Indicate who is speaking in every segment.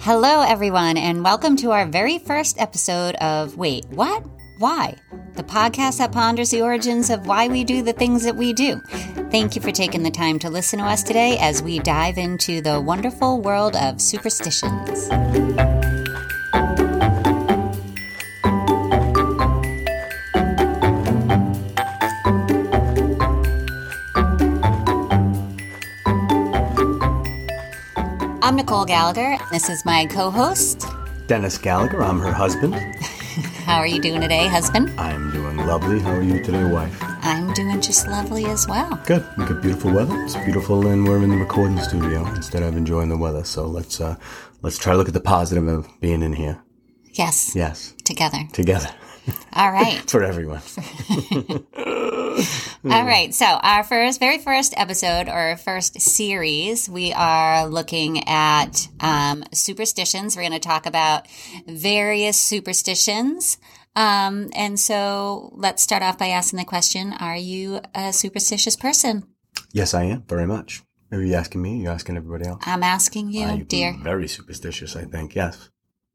Speaker 1: Hello, everyone, and welcome to our very first episode of Wait, What? Why? The podcast that ponders the origins of why we do the things that we do. Thank you for taking the time to listen to us today as we dive into the wonderful world of superstitions. I'm Nicole Gallagher. This is my co host.
Speaker 2: Dennis Gallagher. I'm her husband.
Speaker 1: How are you doing today, husband?
Speaker 2: I'm doing lovely. How are you today, wife?
Speaker 1: I'm doing just lovely as well.
Speaker 2: Good. We got beautiful weather. It's beautiful, and we're in the recording studio instead of enjoying the weather. So let's uh, let's try to look at the positive of being in here.
Speaker 1: Yes,
Speaker 2: Yes,
Speaker 1: together.
Speaker 2: together
Speaker 1: All right.
Speaker 2: for everyone.
Speaker 1: All right. So, our first, very first episode or first series, we are looking at um, superstitions. We're going to talk about various superstitions. Um, and so, let's start off by asking the question Are you a superstitious person?
Speaker 2: Yes, I am very much. Are you asking me? Are you asking everybody else?
Speaker 1: I'm asking you,
Speaker 2: I'm
Speaker 1: Oh, dear.
Speaker 2: Very superstitious, I think. Yes.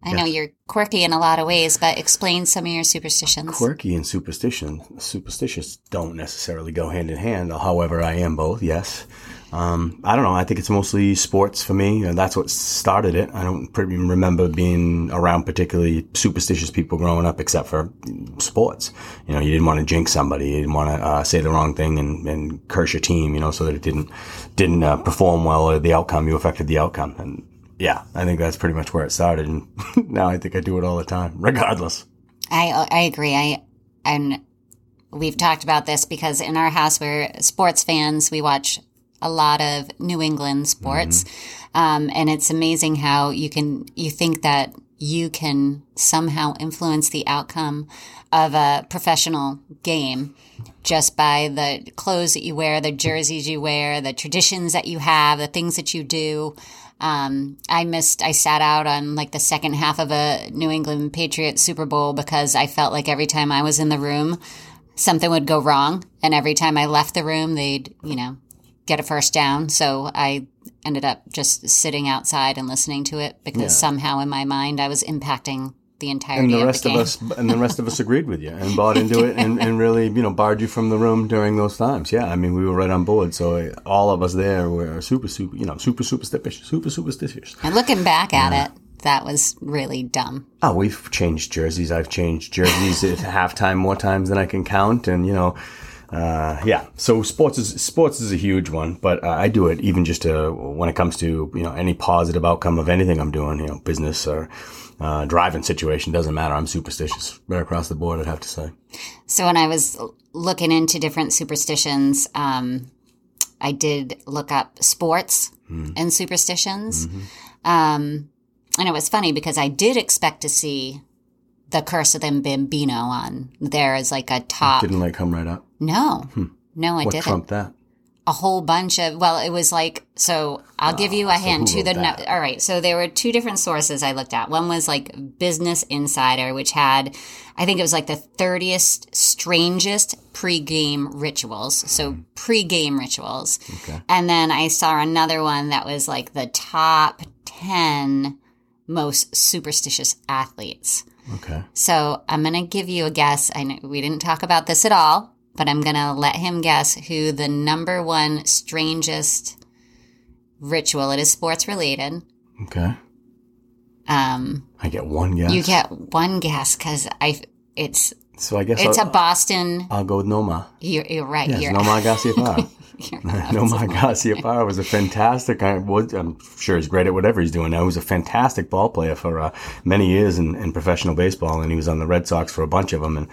Speaker 1: I know you're quirky in a lot of ways, but explain some of your superstitions.
Speaker 2: Quirky and superstition, superstitious don't necessarily go hand in hand. However, I am both. Yes, um, I don't know. I think it's mostly sports for me. and That's what started it. I don't pretty remember being around particularly superstitious people growing up, except for sports. You know, you didn't want to jinx somebody. You didn't want to uh, say the wrong thing and, and curse your team. You know, so that it didn't didn't uh, perform well or the outcome. You affected the outcome. And yeah, I think that's pretty much where it started. And now I think I do it all the time, regardless.
Speaker 1: I I agree. I and we've talked about this because in our house we're sports fans. We watch a lot of New England sports, um, and it's amazing how you can you think that you can somehow influence the outcome of a professional game just by the clothes that you wear, the jerseys you wear, the traditions that you have, the things that you do. Um, I missed, I sat out on like the second half of a New England Patriots Super Bowl because I felt like every time I was in the room, something would go wrong. And every time I left the room, they'd, you know, get a first down. So I ended up just sitting outside and listening to it because somehow in my mind I was impacting the entirety
Speaker 2: and the
Speaker 1: of
Speaker 2: rest
Speaker 1: the
Speaker 2: of,
Speaker 1: game.
Speaker 2: us and the rest of us agreed with you and bought into it and, and really you know barred you from the room during those times yeah i mean we were right on board so uh, all of us there were super super you know super superstitious super superstitious
Speaker 1: And looking back at it, that was really dumb.
Speaker 2: oh we've changed jerseys i've changed jerseys at halftime more times than i can count and you know uh, yeah so sports is sports is a huge one but uh, i do it even just to, when it comes to you know any positive outcome of anything i'm doing you know business or uh, driving situation doesn't matter i'm superstitious right across the board i'd have to say
Speaker 1: So when I was looking into different superstitions, um, I did look up sports
Speaker 2: Hmm.
Speaker 1: and superstitions.
Speaker 2: Mm-hmm.
Speaker 1: Um, and it was funny because I did expect to see the Curse of the Bambino on there as like a top.
Speaker 2: didn't like come right up
Speaker 1: No, no, I
Speaker 2: What
Speaker 1: didn't.
Speaker 2: trumped that?
Speaker 1: a whole bunch of well it was like so i'll give you a hint to
Speaker 2: who
Speaker 1: the
Speaker 2: wrote
Speaker 1: no- all right so there were two different sources i looked at one was like business insider which had i think it was like the 30th strangest pre-game rituals
Speaker 2: Hmm.
Speaker 1: so pre-game rituals and then i saw another one that was like the top 10 most superstitious athletes
Speaker 2: Okay.
Speaker 1: so I'm going to give you a guess. I know we didn't talk about this at all, but I'm going to let him guess who the number one strangest ritual. It is sports related.
Speaker 2: Okay.
Speaker 1: Um,
Speaker 2: I get one guess.
Speaker 1: You get one guess because I it's
Speaker 2: so I guess
Speaker 1: it's a
Speaker 2: I'll,
Speaker 1: Boston.
Speaker 2: I'll go with Noma.
Speaker 1: You're, you're right.
Speaker 2: Yes,
Speaker 1: you're,
Speaker 2: Noma Gassiapar.
Speaker 1: you're-
Speaker 2: Noma Gassiapar was a fantastic. I was, I'm sure he's great at whatever he's doing now. He was a fantastic ball player for uh, many years in, in professional baseball, and he was on the Red Sox for a bunch of them. And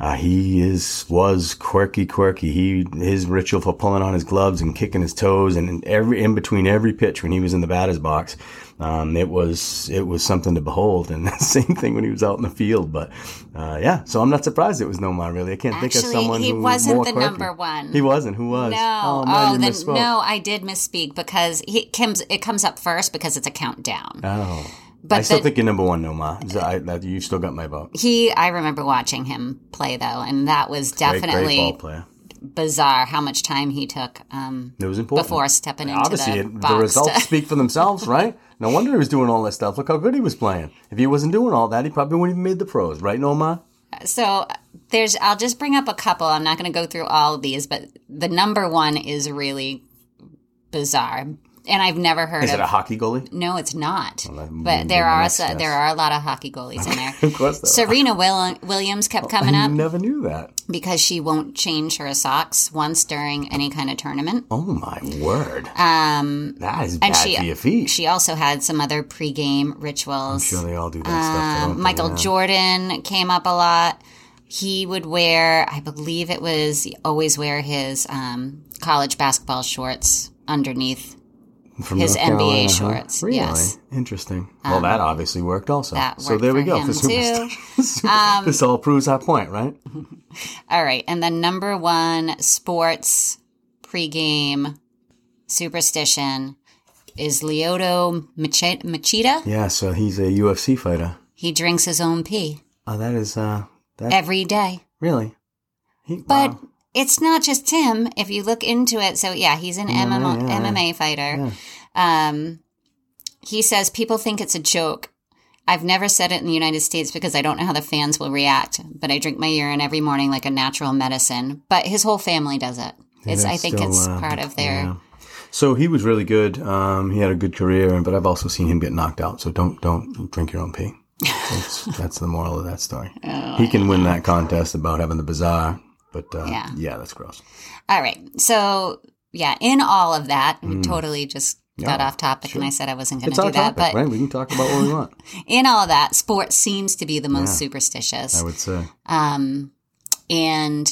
Speaker 2: uh, he is was quirky, quirky. He his ritual for pulling on his gloves and kicking his toes, and in every in between every pitch when he was in the batter's box. um, it was it was something to behold, and the same thing when he was out in the field. But uh, yeah, so I'm not surprised it was Nomar. Really, I can't think of
Speaker 1: Actually,
Speaker 2: someone
Speaker 1: he
Speaker 2: who
Speaker 1: wasn't
Speaker 2: more
Speaker 1: the
Speaker 2: quirky.
Speaker 1: number one.
Speaker 2: He wasn't. Who was?
Speaker 1: No, oh,
Speaker 2: man, you
Speaker 1: then
Speaker 2: misspoke.
Speaker 1: no, I did misspeak because he comes. It comes up first because it's a countdown.
Speaker 2: Oh,
Speaker 1: But
Speaker 2: I still
Speaker 1: the-
Speaker 2: think you're number one, Nomar. So I, that, you still got my vote.
Speaker 1: he, I remember watching him play though, and that was
Speaker 2: Great,
Speaker 1: definitely
Speaker 2: great ball player.
Speaker 1: bizarre how much time he took um,
Speaker 2: It was important.
Speaker 1: before stepping into
Speaker 2: Obviously,
Speaker 1: the
Speaker 2: it-
Speaker 1: box.
Speaker 2: the results
Speaker 1: to-
Speaker 2: speak for themselves, right? No wonder he was doing all that stuff. Look how good he was playing. If he wasn't doing all that, he probably wouldn't even made the pros, right, Noma?
Speaker 1: So uh, there's, I'll just bring up a couple. I'm not going to go through all of these, but the number one is really bizarre, and I've never heard
Speaker 2: Is
Speaker 1: of.
Speaker 2: it a hockey goalie?
Speaker 1: no, it's not.
Speaker 2: that
Speaker 1: but
Speaker 2: would
Speaker 1: there
Speaker 2: be my
Speaker 1: are
Speaker 2: next
Speaker 1: so,
Speaker 2: guess.
Speaker 1: there are a lot of hockey goalies in there.
Speaker 2: Of course, though.
Speaker 1: Serena Will- Williams kept coming
Speaker 2: I
Speaker 1: up
Speaker 2: never knew that.
Speaker 1: because she won't change her socks once during any kind of tournament.
Speaker 2: Oh my word!
Speaker 1: Um,
Speaker 2: that is bad
Speaker 1: she-
Speaker 2: for your feet.
Speaker 1: she also had some other pregame rituals.
Speaker 2: sure, they all do that stuff. don't
Speaker 1: Um,
Speaker 2: they?
Speaker 1: Michael
Speaker 2: Yeah.
Speaker 1: Jordan came up a lot. He would wear, I believe it was always wear his um, college basketball shorts underneath.
Speaker 2: from
Speaker 1: his
Speaker 2: North
Speaker 1: NBA
Speaker 2: Carolina, huh?
Speaker 1: shorts,
Speaker 2: Really
Speaker 1: yes. Um,
Speaker 2: interesting. well, that obviously worked also.
Speaker 1: that
Speaker 2: so
Speaker 1: worked
Speaker 2: there we
Speaker 1: for
Speaker 2: go.
Speaker 1: him,
Speaker 2: This,
Speaker 1: too. Um,
Speaker 2: this- this all proves our point, right?
Speaker 1: All right, and the number one sports pregame superstition is Leoto Mache- Machida.
Speaker 2: Yeah. So he's a UFC fighter.
Speaker 1: He drinks his own pee
Speaker 2: Oh, that is uh, that
Speaker 1: every day.
Speaker 2: really. He,
Speaker 1: But
Speaker 2: wow.
Speaker 1: it's not just him. If you look into it, so yeah, he's an MMA,
Speaker 2: yeah,
Speaker 1: MMA fighter. Um, he says people think it's a joke. I've never said it in the United States because I don't know how the fans will react. But I drink my urine every morning like a natural medicine. But his whole family does it. It's I
Speaker 2: that's
Speaker 1: think
Speaker 2: still,
Speaker 1: it's
Speaker 2: uh,
Speaker 1: part of their.
Speaker 2: yeah. So he was really good. Um, he had a good career, and but I've also seen him get knocked out. So don't don't drink your own pee. That's, that's the moral of that story.
Speaker 1: Oh,
Speaker 2: he can win that contest about having the bizarre, but uh,
Speaker 1: Yeah.
Speaker 2: yeah, that's gross.
Speaker 1: All right. So yeah, in all of that, we totally just got
Speaker 2: Hmm. Yeah,
Speaker 1: off topic, and I said I wasn't going
Speaker 2: It's
Speaker 1: to
Speaker 2: our
Speaker 1: do that.
Speaker 2: topic,
Speaker 1: But
Speaker 2: right? We can talk about what we want.
Speaker 1: in all of that, sports seems to be the most
Speaker 2: Yeah.
Speaker 1: superstitious.
Speaker 2: I would say.
Speaker 1: um, and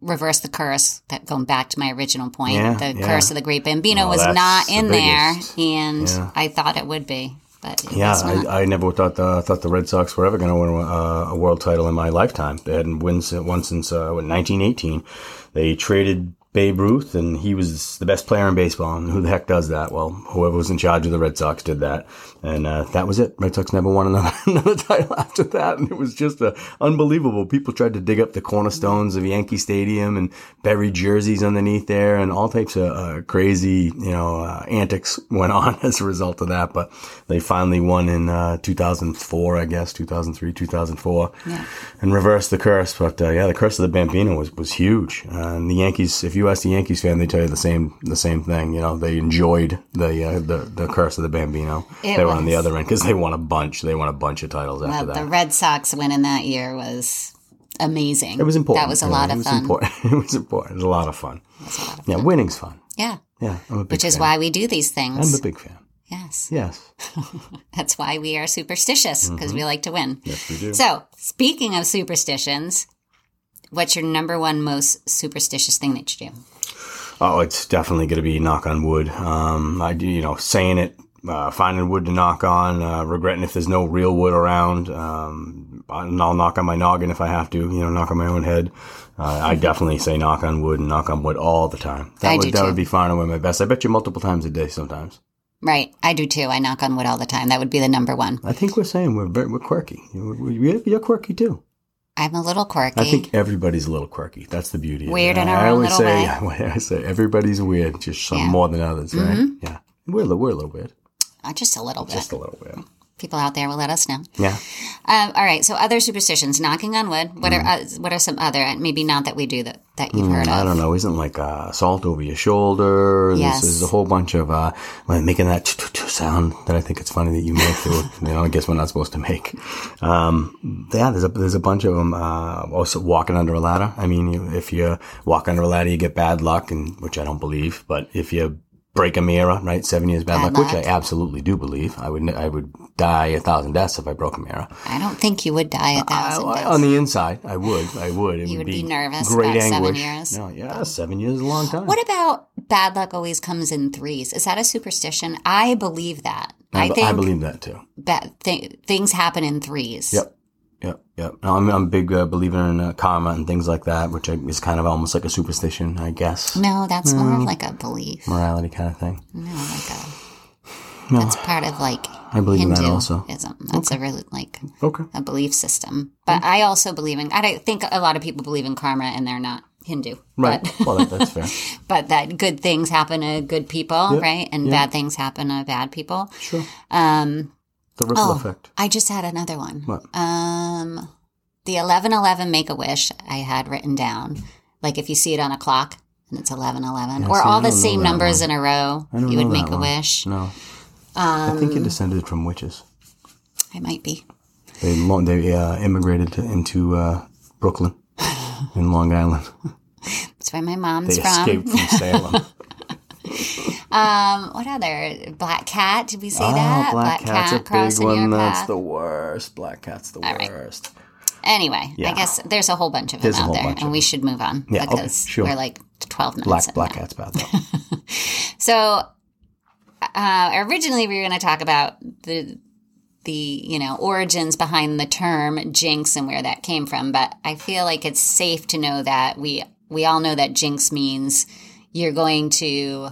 Speaker 1: reverse the curse. That going back to my original point,
Speaker 2: Yeah,
Speaker 1: the
Speaker 2: yeah.
Speaker 1: curse of the Great Bambino
Speaker 2: No,
Speaker 1: was
Speaker 2: that's
Speaker 1: not
Speaker 2: the
Speaker 1: in there,
Speaker 2: biggest.
Speaker 1: and
Speaker 2: Yeah.
Speaker 1: I thought it would be, but it
Speaker 2: Yeah,
Speaker 1: was not.
Speaker 2: I, I never thought the, I thought the Red Sox were ever going to win uh, a world title in my lifetime. They hadn't won since, won since uh, what, 1918. They traded Babe Ruth, and he was the best player in baseball. And who the heck does that? Well, whoever was in charge of the Red Sox did that, and uh, that was it. Red Sox never won another, another title after that, and it was just uh, unbelievable. People tried to dig up the cornerstones of Yankee Stadium and bury jerseys underneath there, and all types of uh, crazy, you know, uh, antics went on as a result of that. But they finally won in uh, 2004, I guess, 2003, 2004, and reversed the curse. But uh, yeah, the curse of the Bambino was was huge. Uh, and the Yankees, if you ask the Yankees fan, they tell you the same the same thing. You know, they enjoyed the uh, the the curse of the Bambino.
Speaker 1: It
Speaker 2: they were on the
Speaker 1: was.
Speaker 2: other end because they won a bunch. They won a bunch of titles after
Speaker 1: But
Speaker 2: that.
Speaker 1: the Red Sox winning that year was amazing.
Speaker 2: It was important.
Speaker 1: That was a
Speaker 2: Yeah,
Speaker 1: lot
Speaker 2: it
Speaker 1: of
Speaker 2: was
Speaker 1: fun.
Speaker 2: Important. It was important. It was a lot of fun. yeah, winning's fun.
Speaker 1: Yeah,
Speaker 2: Yeah, I'm a big
Speaker 1: which is
Speaker 2: fan.
Speaker 1: why we do these things.
Speaker 2: I'm a big fan.
Speaker 1: yes,
Speaker 2: Yes,
Speaker 1: that's why we are superstitious because we like to win.
Speaker 2: Mm-hmm. yes, we do.
Speaker 1: So, speaking of superstitions, what's your number one most superstitious thing that you do?
Speaker 2: Oh, it's definitely going to be knock on wood. Um, I do, you know, saying it, uh, finding wood to knock on, uh, regretting if there's no real wood around. Um, and I'll knock on my noggin if I have to, you know, knock on my own head. Uh, I definitely say knock on wood and knock on wood all the time. That
Speaker 1: I
Speaker 2: would
Speaker 1: do
Speaker 2: that
Speaker 1: too.
Speaker 2: would be far and away my best. I bet you multiple times a day sometimes.
Speaker 1: Right. I do too. I knock on wood all the time. That would be the number one.
Speaker 2: I think we're saying we're very, we're quirky. You- you- You're quirky too.
Speaker 1: I'm a little quirky.
Speaker 2: I think everybody's a little quirky. That's the beauty. of it.
Speaker 1: Weird in
Speaker 2: I
Speaker 1: our own little
Speaker 2: always say,
Speaker 1: way.
Speaker 2: Yeah, what I say everybody's weird, just some
Speaker 1: Yeah. Mm-hmm.
Speaker 2: more than others, right? Yeah, we're a little, we're a little weird,
Speaker 1: Uh, just a little bit.
Speaker 2: just a little weird.
Speaker 1: People out there will let us know.
Speaker 2: Yeah,
Speaker 1: Um, all right. So other superstitions, knocking on wood. What are uh, what are some other? Maybe not that we do that that you've heard
Speaker 2: Mm. I
Speaker 1: of.
Speaker 2: don't know. Isn't like uh, salt over your shoulder? There's-
Speaker 1: Yes.
Speaker 2: There's, a whole bunch of uh, like making that sound that I think it's funny that you make. That you know, I guess we're not supposed to make. Um, yeah, there's a there's a bunch of them. Uh, also, walking under a ladder. I mean, you, if you walk under a ladder, you get bad luck, and which I don't believe. But if you break a mirror, right, seven years bad,
Speaker 1: Bad
Speaker 2: luck, which
Speaker 1: luck.
Speaker 2: I absolutely do believe. I would n- I would die a thousand deaths if I broke a mirror.
Speaker 1: I don't think you would die a thousand
Speaker 2: I-
Speaker 1: deaths.
Speaker 2: Oh, on the inside, I would. I would. It
Speaker 1: You would be nervous
Speaker 2: Great
Speaker 1: about seven
Speaker 2: anguish.
Speaker 1: years.
Speaker 2: No, yeah, seven years is a long time.
Speaker 1: What about bad luck always comes in threes? Is that a superstition? I believe that. I,
Speaker 2: I, be-
Speaker 1: think
Speaker 2: I believe that too.
Speaker 1: ba- thi- things happen in threes.
Speaker 2: Yep. Yep. Yep. No, I'm, I'm a big uh, believer in uh, karma and things like that, which I, is kind of almost like a superstition, I guess.
Speaker 1: No, that's more
Speaker 2: Mm.
Speaker 1: of like a belief.
Speaker 2: Morality kind of thing.
Speaker 1: No, like a. That's part of like
Speaker 2: I believe in that also.
Speaker 1: Hinduism. That's a really like
Speaker 2: Okay. Mm-hmm.
Speaker 1: a belief system. But I also believe in. I don't think a lot of people believe in karma, and they're not Hindu.
Speaker 2: Right.
Speaker 1: But,
Speaker 2: well, that, that's fair.
Speaker 1: but that good things happen to good people,
Speaker 2: Yep.
Speaker 1: right? And
Speaker 2: Yeah.
Speaker 1: bad things happen to bad people.
Speaker 2: Sure.
Speaker 1: Um,
Speaker 2: The ripple
Speaker 1: oh,
Speaker 2: effect.
Speaker 1: I just had another one.
Speaker 2: What?
Speaker 1: Um, the eleven eleven Make a Wish I had written down. Like if you see it on a clock and it's eleven eleven,
Speaker 2: Yeah,
Speaker 1: or
Speaker 2: see, I
Speaker 1: all the
Speaker 2: don't know
Speaker 1: same
Speaker 2: that
Speaker 1: numbers in a row,
Speaker 2: I don't
Speaker 1: you would
Speaker 2: know that
Speaker 1: make a
Speaker 2: one.
Speaker 1: wish.
Speaker 2: No. I think
Speaker 1: Um,
Speaker 2: it descended from witches.
Speaker 1: I might be.
Speaker 2: They lo- they uh, immigrated to, into uh, Brooklyn in Long Island.
Speaker 1: That's where my mom's
Speaker 2: They
Speaker 1: from.
Speaker 2: escaped from Salem.
Speaker 1: Um, what other black cat? Did we say that?
Speaker 2: Ah, Oh, black cat's a big
Speaker 1: crossing your
Speaker 2: one. That's
Speaker 1: path.
Speaker 2: the worst. Black cat's the
Speaker 1: right.
Speaker 2: worst.
Speaker 1: Anyway, I
Speaker 2: Yeah.
Speaker 1: guess there's a whole bunch of them
Speaker 2: There's a
Speaker 1: out
Speaker 2: whole
Speaker 1: there,
Speaker 2: bunch
Speaker 1: and
Speaker 2: of
Speaker 1: we should move on
Speaker 2: Yeah, okay,
Speaker 1: because
Speaker 2: sure.
Speaker 1: we're like 12 minutes.
Speaker 2: Black
Speaker 1: in
Speaker 2: black
Speaker 1: now.
Speaker 2: cat's bad. Though.
Speaker 1: So uh, originally, we were going to talk about the the you know origins behind the term jinx and where that came from, but I feel like it's safe to know that we we all know that jinx means you're going to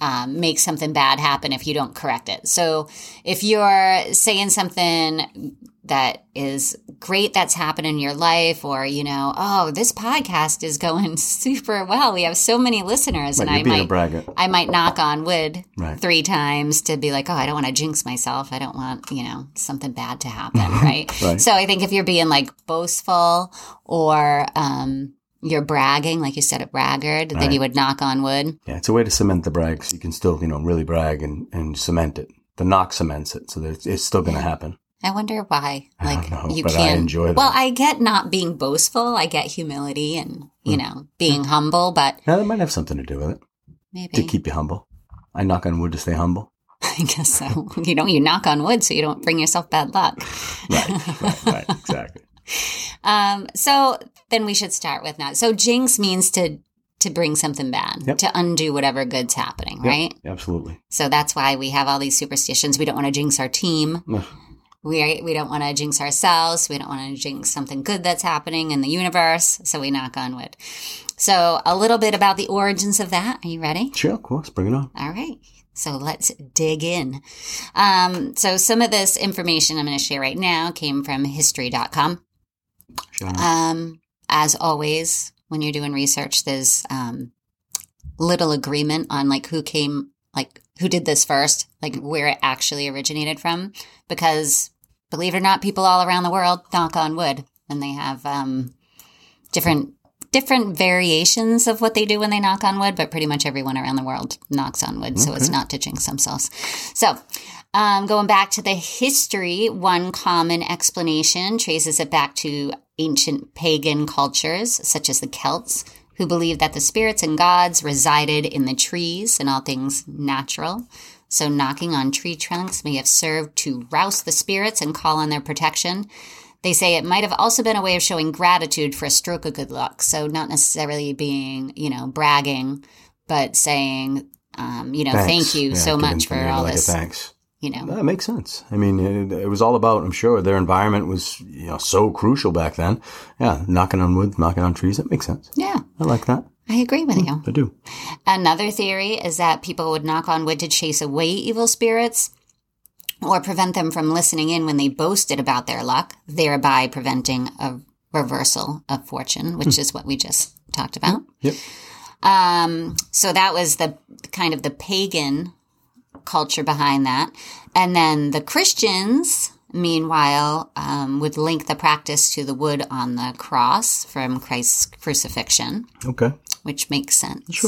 Speaker 1: um, make something bad happen if you don't correct it. So if you're saying something that is great that's happened in your life, or you know, oh, this podcast is going super well. We have so many listeners, and
Speaker 2: You're
Speaker 1: I
Speaker 2: being a
Speaker 1: might
Speaker 2: braggart.
Speaker 1: I might knock on wood
Speaker 2: Right.
Speaker 1: three times to be like, oh, I don't want to jinx myself. I don't want, you know, something bad to happen. Right.
Speaker 2: Right.
Speaker 1: So I think if you're being like boastful or um, you're bragging, like you said, a braggart, then
Speaker 2: Right.
Speaker 1: you would knock on wood.
Speaker 2: Yeah, it's a way to cement the brag, so you can still you know really brag and, and cement it. The knock cements it, so that it's, it's still going to happen.
Speaker 1: I wonder why.
Speaker 2: I
Speaker 1: Like
Speaker 2: don't know,
Speaker 1: you
Speaker 2: but I
Speaker 1: can't.
Speaker 2: enjoy that.
Speaker 1: Well, I get not being boastful. I get humility and, you know, being humble, but
Speaker 2: Now that might have something Hmm. to do with it
Speaker 1: maybe
Speaker 2: to keep you humble. I knock on wood to stay humble.
Speaker 1: I guess so. you know, you knock on wood so you don't bring yourself bad luck.
Speaker 2: Right, right, right, exactly.
Speaker 1: Um, so then we should start with not. So jinx means to to bring something bad,
Speaker 2: Yep.
Speaker 1: to undo whatever good's happening,
Speaker 2: Yep,
Speaker 1: right?
Speaker 2: Absolutely.
Speaker 1: So that's why we have all these superstitions. We don't want to jinx our team.
Speaker 2: Ugh.
Speaker 1: We we don't want to jinx ourselves. We don't want to jinx something good that's happening in the universe. So we knock on wood. So a little bit about the origins of that. Are you ready?
Speaker 2: Sure, of course. Bring it on.
Speaker 1: All right. So let's dig in. Um, so some of this information I'm going to share right now came from history.com.
Speaker 2: Shall I?
Speaker 1: Um, as always, when you're doing research, there's um, little agreement on like who came, like who did this first, like where it actually originated from, because believe it or not, people all around the world knock on wood, and they have um, different different variations of what they do when they knock on wood, but pretty much everyone around the world knocks on wood, so it's not to jinx themselves. So, um, going back to the history, one common explanation traces it back to ancient pagan cultures, such as the Celts, who believed that the spirits and gods resided in the trees and all things natural. So, knocking on tree trunks may have served to rouse the spirits and call on their protection. They say it might have also been a way of showing gratitude for a stroke of good luck. So, not necessarily being, you know, bragging, but saying, um, you know,
Speaker 2: Thanks.
Speaker 1: thank you
Speaker 2: Yeah,
Speaker 1: so
Speaker 2: give them
Speaker 1: much for
Speaker 2: something
Speaker 1: all
Speaker 2: like a
Speaker 1: this,
Speaker 2: Thanks.
Speaker 1: you know.
Speaker 2: That makes sense. I mean, it, it was all about. I'm sure their environment was you know so crucial back then. Yeah, knocking on wood, knocking on trees. That makes sense.
Speaker 1: Yeah,
Speaker 2: I like that.
Speaker 1: I agree with you.
Speaker 2: I do.
Speaker 1: Another theory is that people would knock on wood to chase away evil spirits or prevent them from listening in when they boasted about their luck, thereby preventing a reversal of fortune,
Speaker 2: Hmm.
Speaker 1: which is what we just talked about.
Speaker 2: Yep.
Speaker 1: Um, so that was the kind of the pagan culture behind that. And then the Christians, meanwhile, um, would link the practice to the wood on the cross from Christ's crucifixion
Speaker 2: Okay.
Speaker 1: which makes sense.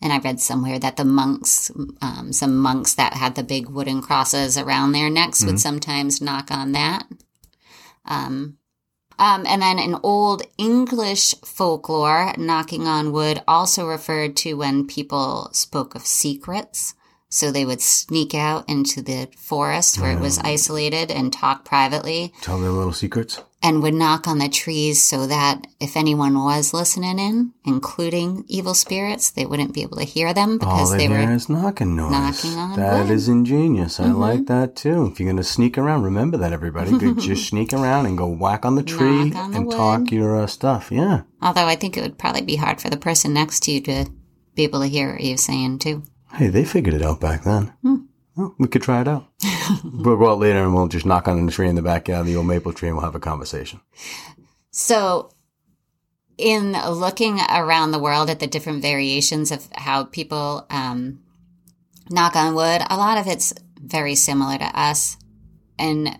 Speaker 1: And I read somewhere that the monks, um, some monks that had the big wooden crosses around their necks would sometimes knock on that. Um, um, and then in old English folklore, knocking on wood also referred to when people spoke of secrets. So they would sneak out into the forest where it was isolated and talk privately
Speaker 2: Tell their little secrets.
Speaker 1: and would knock on the trees so that if anyone was listening in, including evil spirits, they wouldn't be able to hear them
Speaker 2: All
Speaker 1: because they
Speaker 2: they hear
Speaker 1: were.
Speaker 2: is knocking noise.
Speaker 1: knocking on
Speaker 2: That
Speaker 1: wood. Mm-hmm.
Speaker 2: is ingenious. I like that too. If you're gonna sneak around, remember that everybody. Go- just sneak around and go whack on the tree
Speaker 1: Knock on the
Speaker 2: and
Speaker 1: wood.
Speaker 2: talk your uh, stuff. Yeah.
Speaker 1: Although I think it would probably be hard for the person next to you to be able to hear what you're saying too.
Speaker 2: Hey, they figured it out back then.
Speaker 1: Hmm.
Speaker 2: Well, we could try it out. we'll go out later and we'll just knock on the tree in the backyard, the old maple tree, and we'll have a conversation.
Speaker 1: So in looking around the world at the different variations of how people um, knock on wood, a lot of it's very similar to us. In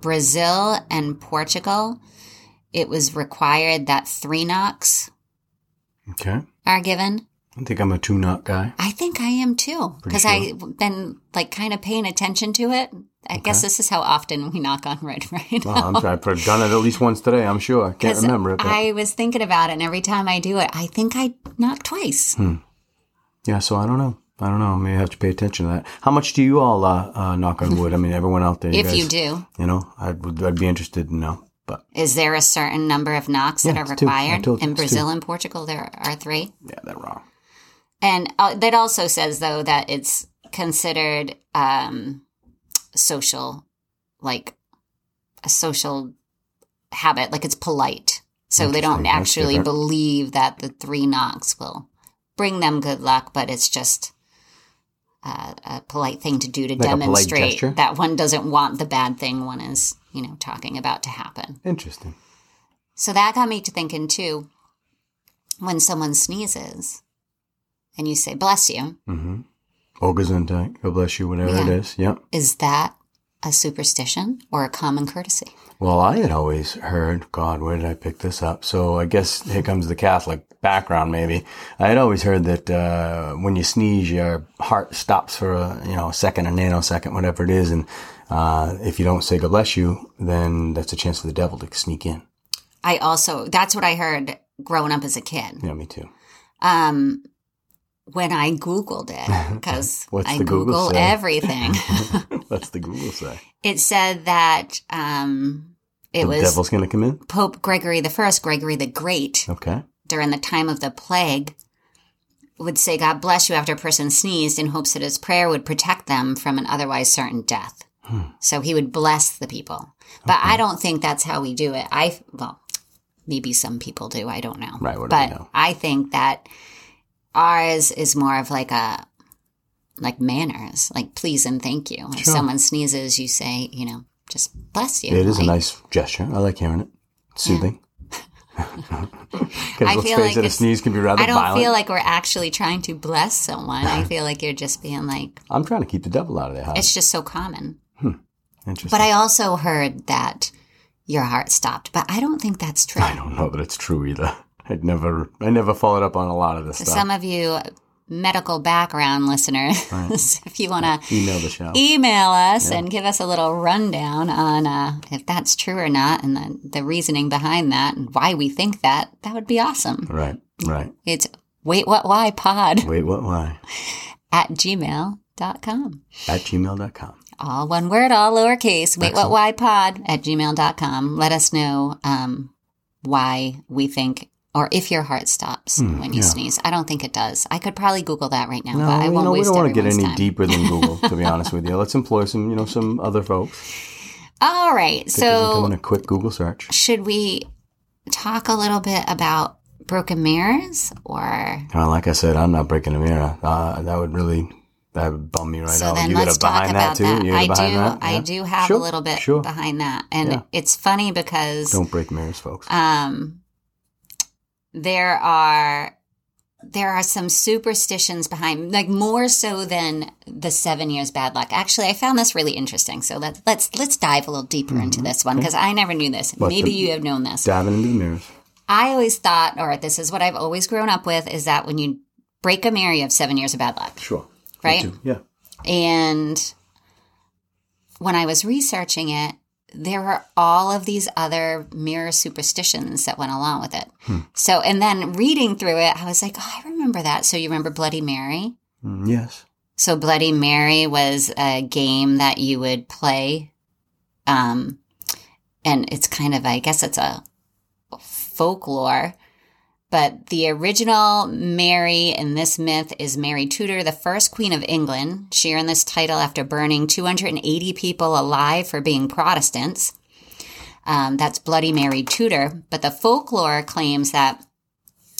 Speaker 1: Brazil and Portugal, it was required that three knocks
Speaker 2: Okay.
Speaker 1: are given.
Speaker 2: I think I'm a two knot guy.
Speaker 1: I think I am too,
Speaker 2: Pretty
Speaker 1: because I've been like kind of paying attention to it. I guess this is how often we knock on wood right
Speaker 2: Oh,
Speaker 1: now.
Speaker 2: I'm sorry. I've done it at least once today, I'm sure. I can't
Speaker 1: 'Cause
Speaker 2: remember it. But
Speaker 1: I was thinking about it, and every time I do it, I think I knock twice.
Speaker 2: Hmm. yeah, so I don't know. I don't know. Maybe I have to pay attention to that. How much do you all uh, uh, knock on wood? I mean, everyone out there.
Speaker 1: if
Speaker 2: guys,
Speaker 1: you do,
Speaker 2: You know, I'd, would- I'd be interested to know. But
Speaker 1: is there a certain number of knocks that
Speaker 2: Yeah,
Speaker 1: are
Speaker 2: it's two. I
Speaker 1: required?
Speaker 2: told you
Speaker 1: In
Speaker 2: it's two.
Speaker 1: Brazil and Portugal, there are three.
Speaker 2: yeah, they're wrong.
Speaker 1: And uh, that also says, though, that it's considered um, social, like a social habit, like it's polite. So they
Speaker 2: Interesting.
Speaker 1: don't
Speaker 2: That's
Speaker 1: actually
Speaker 2: different.
Speaker 1: believe that the three knocks will bring them good luck, but it's just uh, a polite thing to do to
Speaker 2: Like a polite
Speaker 1: demonstrate
Speaker 2: gesture?
Speaker 1: that one doesn't want the bad thing one is, you know, talking about to happen.
Speaker 2: Interesting.
Speaker 1: So that got me to thinking too when someone sneezes and you say, bless you,
Speaker 2: Mm-hmm. Oh, gesundheit. God bless you, whatever it
Speaker 1: Yeah.
Speaker 2: is. Yep.
Speaker 1: is that a superstition or a common courtesy?
Speaker 2: Well, I had always heard, God, where did I pick this up? So I guess here comes the Catholic background, maybe. I had always heard that uh, when you sneeze, your heart stops for a you know a second, a nanosecond, whatever it is, and uh, if you don't say God bless you, then that's a chance for the devil to sneak in.
Speaker 1: I also, that's what I heard growing up as a kid.
Speaker 2: Yeah, me too.
Speaker 1: Um, when I Googled it, because
Speaker 2: What's
Speaker 1: I
Speaker 2: the
Speaker 1: Google,
Speaker 2: Google say?
Speaker 1: everything,
Speaker 2: That's the Google say.
Speaker 1: it said that um, it
Speaker 2: the
Speaker 1: was
Speaker 2: devil's going to come in.
Speaker 1: Pope Gregory the First, Gregory the Great,
Speaker 2: Okay.
Speaker 1: during the time of the plague would say god bless you after a person sneezed in hopes that his prayer would protect them from an otherwise certain death
Speaker 2: Hmm.
Speaker 1: so he would bless the people but i don't think that's how we do it i well maybe some people do i don't know
Speaker 2: Right, what do we
Speaker 1: but
Speaker 2: know?
Speaker 1: i think that ours is more of like a like manners like please and thank you if
Speaker 2: Sure.
Speaker 1: someone sneezes you say you know just bless you
Speaker 2: It is a
Speaker 1: Like,
Speaker 2: nice gesture. I like hearing it. It's soothing. Because
Speaker 1: I
Speaker 2: let's
Speaker 1: feel
Speaker 2: face
Speaker 1: like
Speaker 2: it, a
Speaker 1: it's-
Speaker 2: sneeze can be rather
Speaker 1: i don't
Speaker 2: violent.
Speaker 1: feel like we're actually trying to bless someone i feel like you're just being like
Speaker 2: I'm trying to keep the devil out of their house.
Speaker 1: It's just so common.
Speaker 2: Interesting.
Speaker 1: But I also heard that your heart stopped, but I don't think that's true.
Speaker 2: I don't know that it's true either. I'd never, I never followed up on a lot of this stuff.
Speaker 1: Some of you medical background listeners, if you want to
Speaker 2: Email the
Speaker 1: e-
Speaker 2: show.
Speaker 1: email us and give us a little rundown on uh, if that's true or not and the, the reasoning behind that and why we think that, that would be awesome.
Speaker 2: right, right.
Speaker 1: It's wait, what, why pod
Speaker 2: Wait, what? Why?
Speaker 1: at gmail.com.
Speaker 2: At gmail.com.
Speaker 1: all one word, all lowercase. Wait, what, why pod at gmail.com. Let us know um, why we think or if your heart stops when you
Speaker 2: Hmm, yeah.
Speaker 1: sneeze. I don't think it does. I could probably Google that right now,
Speaker 2: No,
Speaker 1: but Oh, I
Speaker 2: you
Speaker 1: won't
Speaker 2: know, we
Speaker 1: waste
Speaker 2: don't want to get
Speaker 1: everyone's
Speaker 2: any
Speaker 1: time.
Speaker 2: deeper than Google, to be honest with you. Let's employ some, you know, some other folks.
Speaker 1: All right.
Speaker 2: It doesn't come in
Speaker 1: So,
Speaker 2: a quick Google search.
Speaker 1: should we talk a little bit about broken mirrors or.
Speaker 2: Well, Uh, like I said, I'm not breaking a mirror. Uh, that would really, that would bum me right
Speaker 1: So
Speaker 2: out.
Speaker 1: then
Speaker 2: you
Speaker 1: let's
Speaker 2: got
Speaker 1: talk
Speaker 2: behind
Speaker 1: about
Speaker 2: too?
Speaker 1: that.
Speaker 2: You
Speaker 1: I
Speaker 2: got
Speaker 1: do.
Speaker 2: behind that?
Speaker 1: I
Speaker 2: Yeah.
Speaker 1: do have
Speaker 2: Sure,
Speaker 1: a little bit
Speaker 2: Sure.
Speaker 1: behind that, and
Speaker 2: Yeah.
Speaker 1: it's funny because
Speaker 2: Don't break mirrors, folks.
Speaker 1: um, there are there are some superstitions behind like more so than the seven years bad luck actually i found this really interesting so let's let's let's dive a little deeper into this one because i never knew this maybe
Speaker 2: the-
Speaker 1: you have known this
Speaker 2: Diving into the mirrors.
Speaker 1: i always thought or this is what i've always grown up with is that when you break a mirror you have seven years of bad luck
Speaker 2: Sure. Me
Speaker 1: Right?
Speaker 2: too. Yeah.
Speaker 1: and when I was researching it, there were all of these other mirror superstitions that went along with it. So, and then reading through it, I was like, oh, I remember that. So, you remember Bloody Mary?
Speaker 2: Mm, yes.
Speaker 1: So, Bloody Mary was a game that you would play. Um, and it's kind of, I guess it's a folklore, but the original Mary in this myth is Mary Tudor, the first Queen of England. She earned this title after burning 280 people alive for being Protestants. Um, that's Bloody Mary Tudor. But the folklore claims that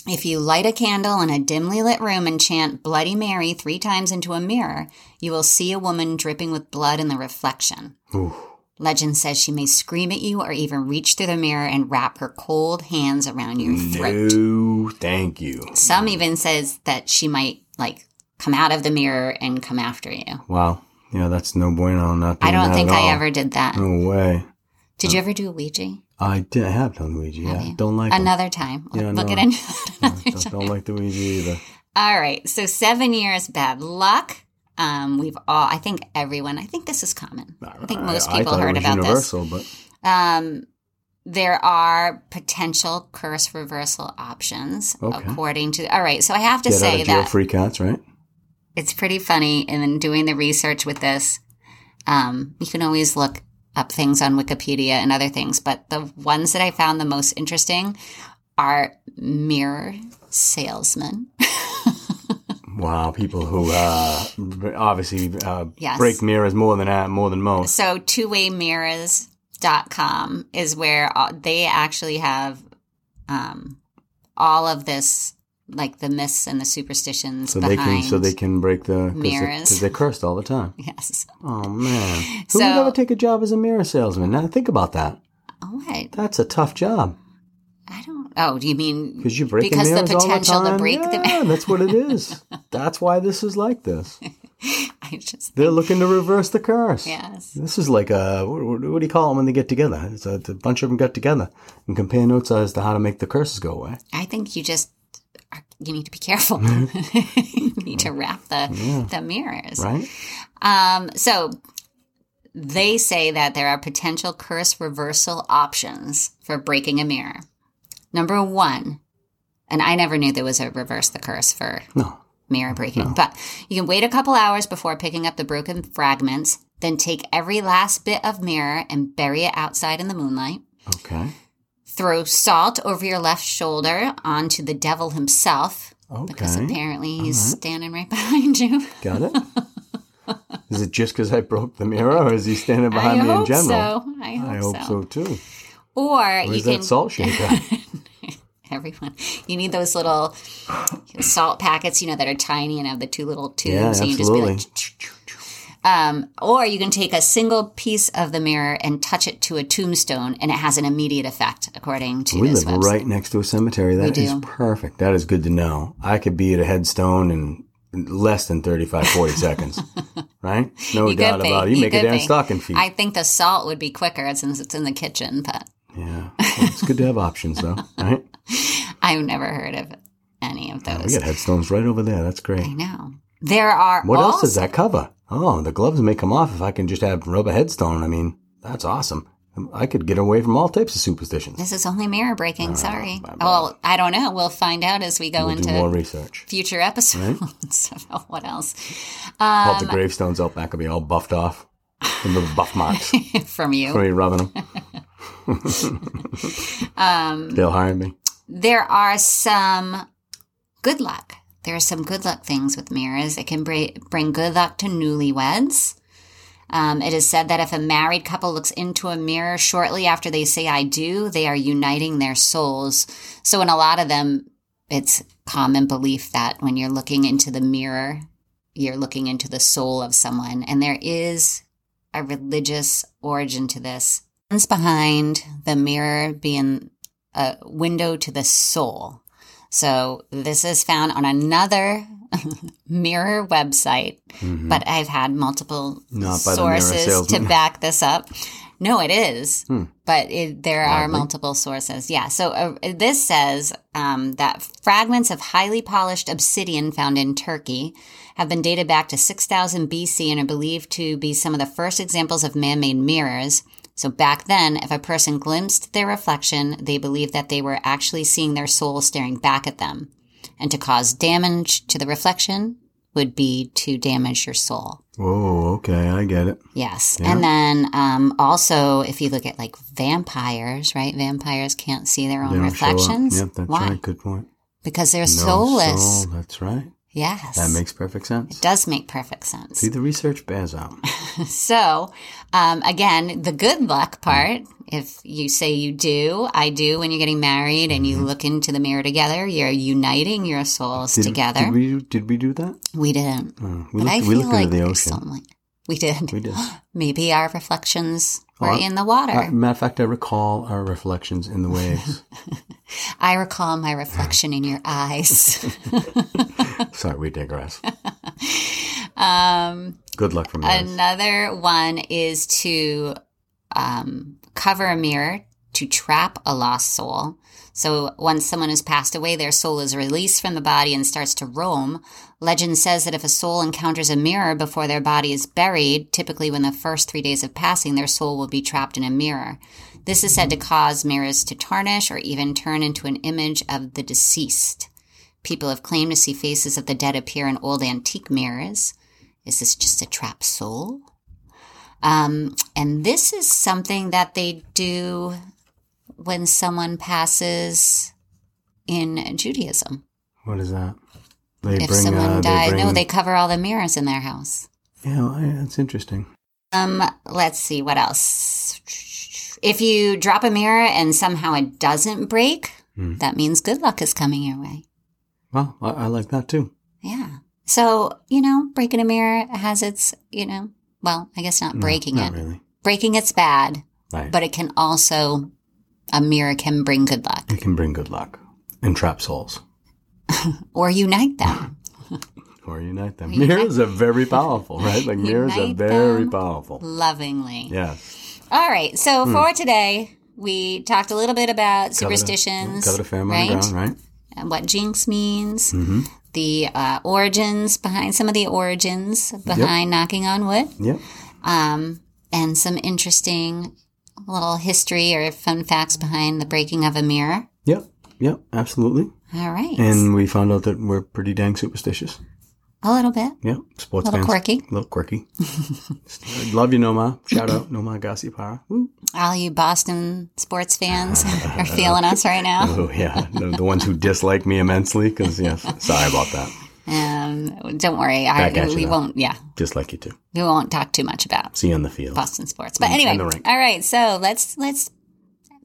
Speaker 1: if you light a candle in a dimly lit room and chant Bloody Mary three times into a mirror, you will see a woman dripping with blood in the reflection.
Speaker 2: Ooh.
Speaker 1: Legend says she may scream at you or even reach through the mirror and wrap her cold hands around your throat.
Speaker 2: No, thank you.
Speaker 1: Some even says that she might like come out of the mirror and come after you.
Speaker 2: Wow. Yeah, that's no bueno. I'm Not. Doing
Speaker 1: I don't
Speaker 2: that
Speaker 1: think
Speaker 2: at
Speaker 1: I
Speaker 2: all.
Speaker 1: ever did that.
Speaker 2: No way.
Speaker 1: Did you ever do a Ouija?
Speaker 2: I did. I have done Ouija. Yeah.
Speaker 1: Okay.
Speaker 2: Don't like 'em.
Speaker 1: Another time.
Speaker 2: Yeah,
Speaker 1: Look
Speaker 2: no.
Speaker 1: at any- another
Speaker 2: Don't, don't like the Ouija either.
Speaker 1: All right. So seven years bad luck. Um, we've all, I think everyone, I think this is common. I think most people
Speaker 2: thought it
Speaker 1: heard
Speaker 2: was
Speaker 1: about
Speaker 2: universal, this.
Speaker 1: this. Um, there are potential curse reversal options
Speaker 2: Okay.
Speaker 1: according to. All right. So I have to
Speaker 2: But get out
Speaker 1: say
Speaker 2: of jail
Speaker 1: that
Speaker 2: free cats, right?
Speaker 1: it's pretty funny. And then doing the research with this, um, you can always look up things on Wikipedia and other things. But the ones that I found the most interesting are mirror salesmen.
Speaker 2: Wow, people who uh, b- obviously uh,
Speaker 1: Yes.
Speaker 2: break mirrors more than that, more than most.
Speaker 1: So twowaymirrors.com is where all, they actually have um, all of this, like the myths and the superstitions
Speaker 2: So they
Speaker 1: behind.
Speaker 2: can, so they can break the
Speaker 1: mirrors.
Speaker 2: because they're cursed all the time.
Speaker 1: yes.
Speaker 2: Oh man,
Speaker 1: So-
Speaker 2: who would ever take a job as a mirror salesman? Now think about that.
Speaker 1: Oh, what?
Speaker 2: That's a tough job
Speaker 1: I don't. Oh, do you mean
Speaker 2: because you break the
Speaker 1: because the
Speaker 2: mirrors all the
Speaker 1: potential to
Speaker 2: time.
Speaker 1: break the
Speaker 2: yeah, that's what it is. That's why this is like this.
Speaker 1: I just
Speaker 2: They're looking to reverse the curse.
Speaker 1: yes.
Speaker 2: This is like a what, what what do you call them when they get together? It's a, it's a bunch of them got together and compare notes as to how to make the curses go away.
Speaker 1: I think you just are, you need to be careful. you
Speaker 2: Mm-hmm.
Speaker 1: need to wrap the the mirrors.
Speaker 2: Right?
Speaker 1: Um, so they say that there are potential curse reversal options for breaking a mirror. Number one, and I never knew there was a reverse the curse for
Speaker 2: No.
Speaker 1: mirror breaking, but you can wait a couple hours before picking up the broken fragments, then take every last bit of mirror and bury it outside in the moonlight.
Speaker 2: Okay.
Speaker 1: Throw salt over your left shoulder onto the devil himself, because
Speaker 2: Okay.
Speaker 1: apparently he's standing right behind you.
Speaker 2: Got it. Is it just because I broke the mirror, or is he standing behind
Speaker 1: I
Speaker 2: me in
Speaker 1: hope
Speaker 2: general?
Speaker 1: so. I hope,
Speaker 2: I hope so, too.
Speaker 1: Or you
Speaker 2: Where's
Speaker 1: can
Speaker 2: that salt shaker?
Speaker 1: everyone. You need those little salt packets, you know, that are tiny and have the two little tubes.
Speaker 2: yeah,
Speaker 1: and you
Speaker 2: absolutely.
Speaker 1: just be like, um, or you can take a single piece of the mirror and touch it to a tombstone, and it has an immediate effect, according to
Speaker 2: we
Speaker 1: this
Speaker 2: live
Speaker 1: website.
Speaker 2: right next to a cemetery. That is
Speaker 1: do.
Speaker 2: perfect. That is good to know. I could be at a headstone in less than 35, 40 seconds. Right? No
Speaker 1: You could
Speaker 2: doubt
Speaker 1: be.
Speaker 2: about it. You,
Speaker 1: You
Speaker 2: make a
Speaker 1: could
Speaker 2: damn
Speaker 1: be.
Speaker 2: stocking feet.
Speaker 1: I think the salt would be quicker since it's in the kitchen, but
Speaker 2: Yeah. Well, it's good to have options, though. Right?
Speaker 1: I've never heard of any of
Speaker 2: Ah, We
Speaker 1: those.
Speaker 2: got headstones right over there. That's great.
Speaker 1: I know. There are
Speaker 2: What else
Speaker 1: also-
Speaker 2: does that cover? Oh, the gloves may come off if I can just have rubber headstone. I mean, that's awesome. I could get away from all types of superstitions.
Speaker 1: This is only mirror breaking. Sorry.
Speaker 2: Ah, my bad.
Speaker 1: Well, I don't know. We'll find out as we go
Speaker 2: We'll
Speaker 1: into
Speaker 2: do more research.
Speaker 1: future episodes about what else
Speaker 2: All the
Speaker 1: Um,
Speaker 2: gravestones out back will be all buffed off. The little buff marks.
Speaker 1: from you.
Speaker 2: Are you rubbing them?
Speaker 1: Um,
Speaker 2: They'll hire me.
Speaker 1: There are some good luck. There are some good luck things with mirrors. It can br- bring good luck to newlyweds. Um, it is said that if a married couple looks into a mirror shortly after they say "I do," they are uniting their souls. So, in a lot of them, it's common belief that when you're looking into the mirror, you're looking into the soul of someone, and there is a religious origin to this. It's behind the mirror being a window to the soul. So this is found on another mirror website, but I've had multiple
Speaker 2: Mm-hmm. Not by the mirror
Speaker 1: sources to
Speaker 2: salesman.
Speaker 1: back this up. No, it is, but it, there are
Speaker 2: Oddly.
Speaker 1: multiple sources. Yeah. So uh, this says um, that fragments of highly polished obsidian found in Turkey have been dated back to 6000 BC and are believed to be some of the first examples of man made mirrors. So back then, if a person glimpsed their reflection, they believed that they were actually seeing their soul staring back at them. And to cause damage to the reflection would be to damage your soul.
Speaker 2: Oh, okay. I get it.
Speaker 1: Yes. And then um, also, if you look at like vampires, right? Vampires can't see their own
Speaker 2: They don't show up.
Speaker 1: reflections.
Speaker 2: Yep, that's
Speaker 1: Why?
Speaker 2: right. Good point.
Speaker 1: Because they're
Speaker 2: No
Speaker 1: soulless.
Speaker 2: soul, That's right.
Speaker 1: Yes.
Speaker 2: That makes perfect sense.
Speaker 1: does make perfect sense.
Speaker 2: See, the research bears out.
Speaker 1: So, um, again, the good luck part, if you say you do, I do when you're getting married and you look into the mirror together, you're uniting your souls
Speaker 2: Mm-hmm. Did-
Speaker 1: together.
Speaker 2: Did
Speaker 1: we,
Speaker 2: we, did we do that?
Speaker 1: didn't.
Speaker 2: Oh, we
Speaker 1: but I
Speaker 2: looked,
Speaker 1: feel
Speaker 2: we looked
Speaker 1: like
Speaker 2: into the
Speaker 1: there's
Speaker 2: ocean.
Speaker 1: some like- We did.
Speaker 2: We did.
Speaker 1: Maybe our reflections were
Speaker 2: Oh, I-
Speaker 1: in the water.
Speaker 2: Uh, matter of fact, I recall our reflections in the waves.
Speaker 1: I recall my reflection in your eyes.
Speaker 2: Sorry, we digress. um,
Speaker 1: Um,
Speaker 2: Good luck from yours.
Speaker 1: Another one is to um, cover a mirror to trap a lost soul. So once someone has passed away, their soul is released from the body and starts to roam. Legend says that if a soul encounters a mirror before their body is buried, typically when the first three days of passing, their soul will be trapped in a mirror. This is said to cause mirrors to tarnish or even turn into an image of the deceased. People have claimed to see faces of the dead appear in old antique mirrors. Is this just a trap soul? Um, and this is something that they do when someone passes in Judaism.
Speaker 2: what is that? They
Speaker 1: if someone died, no,
Speaker 2: bring-
Speaker 1: they cover all the mirrors in their house.
Speaker 2: Yeah, well, yeah, that's interesting.
Speaker 1: Um, let's see what else. If you drop a mirror and somehow it doesn't break,
Speaker 2: Hmm.
Speaker 1: that means good luck is coming your way.
Speaker 2: Well, I, I like that too.
Speaker 1: Yeah. So, you know, breaking a mirror has its, you know, well, I guess not breaking
Speaker 2: Not
Speaker 1: it.
Speaker 2: really.
Speaker 1: Breaking it's bad,
Speaker 2: Right.
Speaker 1: but it can also a mirror can bring good luck
Speaker 2: it can bring good luck and trap souls
Speaker 1: or unite them.
Speaker 2: or unite them. Mirrors are very powerful, right? Like mirrors are
Speaker 1: Unite
Speaker 2: very
Speaker 1: them.
Speaker 2: powerful.
Speaker 1: Lovingly.
Speaker 2: Yes.
Speaker 1: All right. So for today, we talked a little bit about
Speaker 2: Hmm. Cover the-
Speaker 1: superstitions,
Speaker 2: Cover the family
Speaker 1: right?
Speaker 2: ground, right? Mm-hmm.
Speaker 1: And what jinx means, the uh, origins behind some of the origins behind knocking on wood,
Speaker 2: Yep.
Speaker 1: um, and some interesting little history or fun facts behind the breaking of a mirror.
Speaker 2: Yep. Yep. Absolutely.
Speaker 1: All right.
Speaker 2: And we found out that we're pretty dang superstitious.
Speaker 1: a little bit.
Speaker 2: Yep. Sports
Speaker 1: Little
Speaker 2: fans.
Speaker 1: quirky.
Speaker 2: A little quirky. Love you, Noma. Shout out, Noma Gassipara. Woo.
Speaker 1: All you Boston sports fans are feeling us right now.
Speaker 2: Oh, yeah. the, the ones who dislike me immensely, because, yes, sorry about that.
Speaker 1: Um, don't worry. I,
Speaker 2: Back at you,
Speaker 1: we
Speaker 2: though.
Speaker 1: won't, yeah,
Speaker 2: Dislike you too.
Speaker 1: we won't talk too much about
Speaker 2: See you on the field.
Speaker 1: Boston sports. But anyway,
Speaker 2: Mm, the rink.
Speaker 1: all right. So let's let's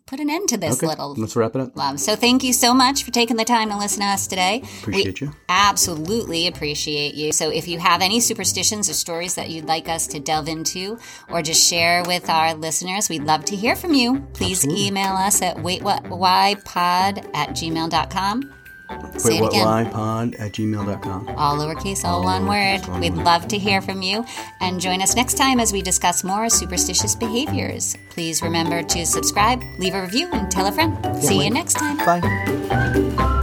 Speaker 1: put an end to this
Speaker 2: Okay,
Speaker 1: little.
Speaker 2: Let's wrap it up.
Speaker 1: Um, so thank you so much for taking the time to listen to us today.
Speaker 2: Appreciate you.
Speaker 1: Absolutely appreciate you. So if you have any superstitions or stories that you'd like us to delve into or just share with our listeners, we'd love to hear from you. Please
Speaker 2: Absolutely.
Speaker 1: email us at waitwhatwhypod at gmail.com. Say
Speaker 2: Wait,
Speaker 1: it
Speaker 2: what
Speaker 1: again.
Speaker 2: lie pod at gmail.com.
Speaker 1: All lowercase, all,
Speaker 2: All
Speaker 1: one
Speaker 2: lowercase,
Speaker 1: word.
Speaker 2: one
Speaker 1: We'd
Speaker 2: word.
Speaker 1: love to hear from you. And join us next time as we discuss more superstitious behaviors. Please remember to subscribe, leave a review, and tell a friend. See you
Speaker 2: wait.
Speaker 1: next time.
Speaker 2: Bye.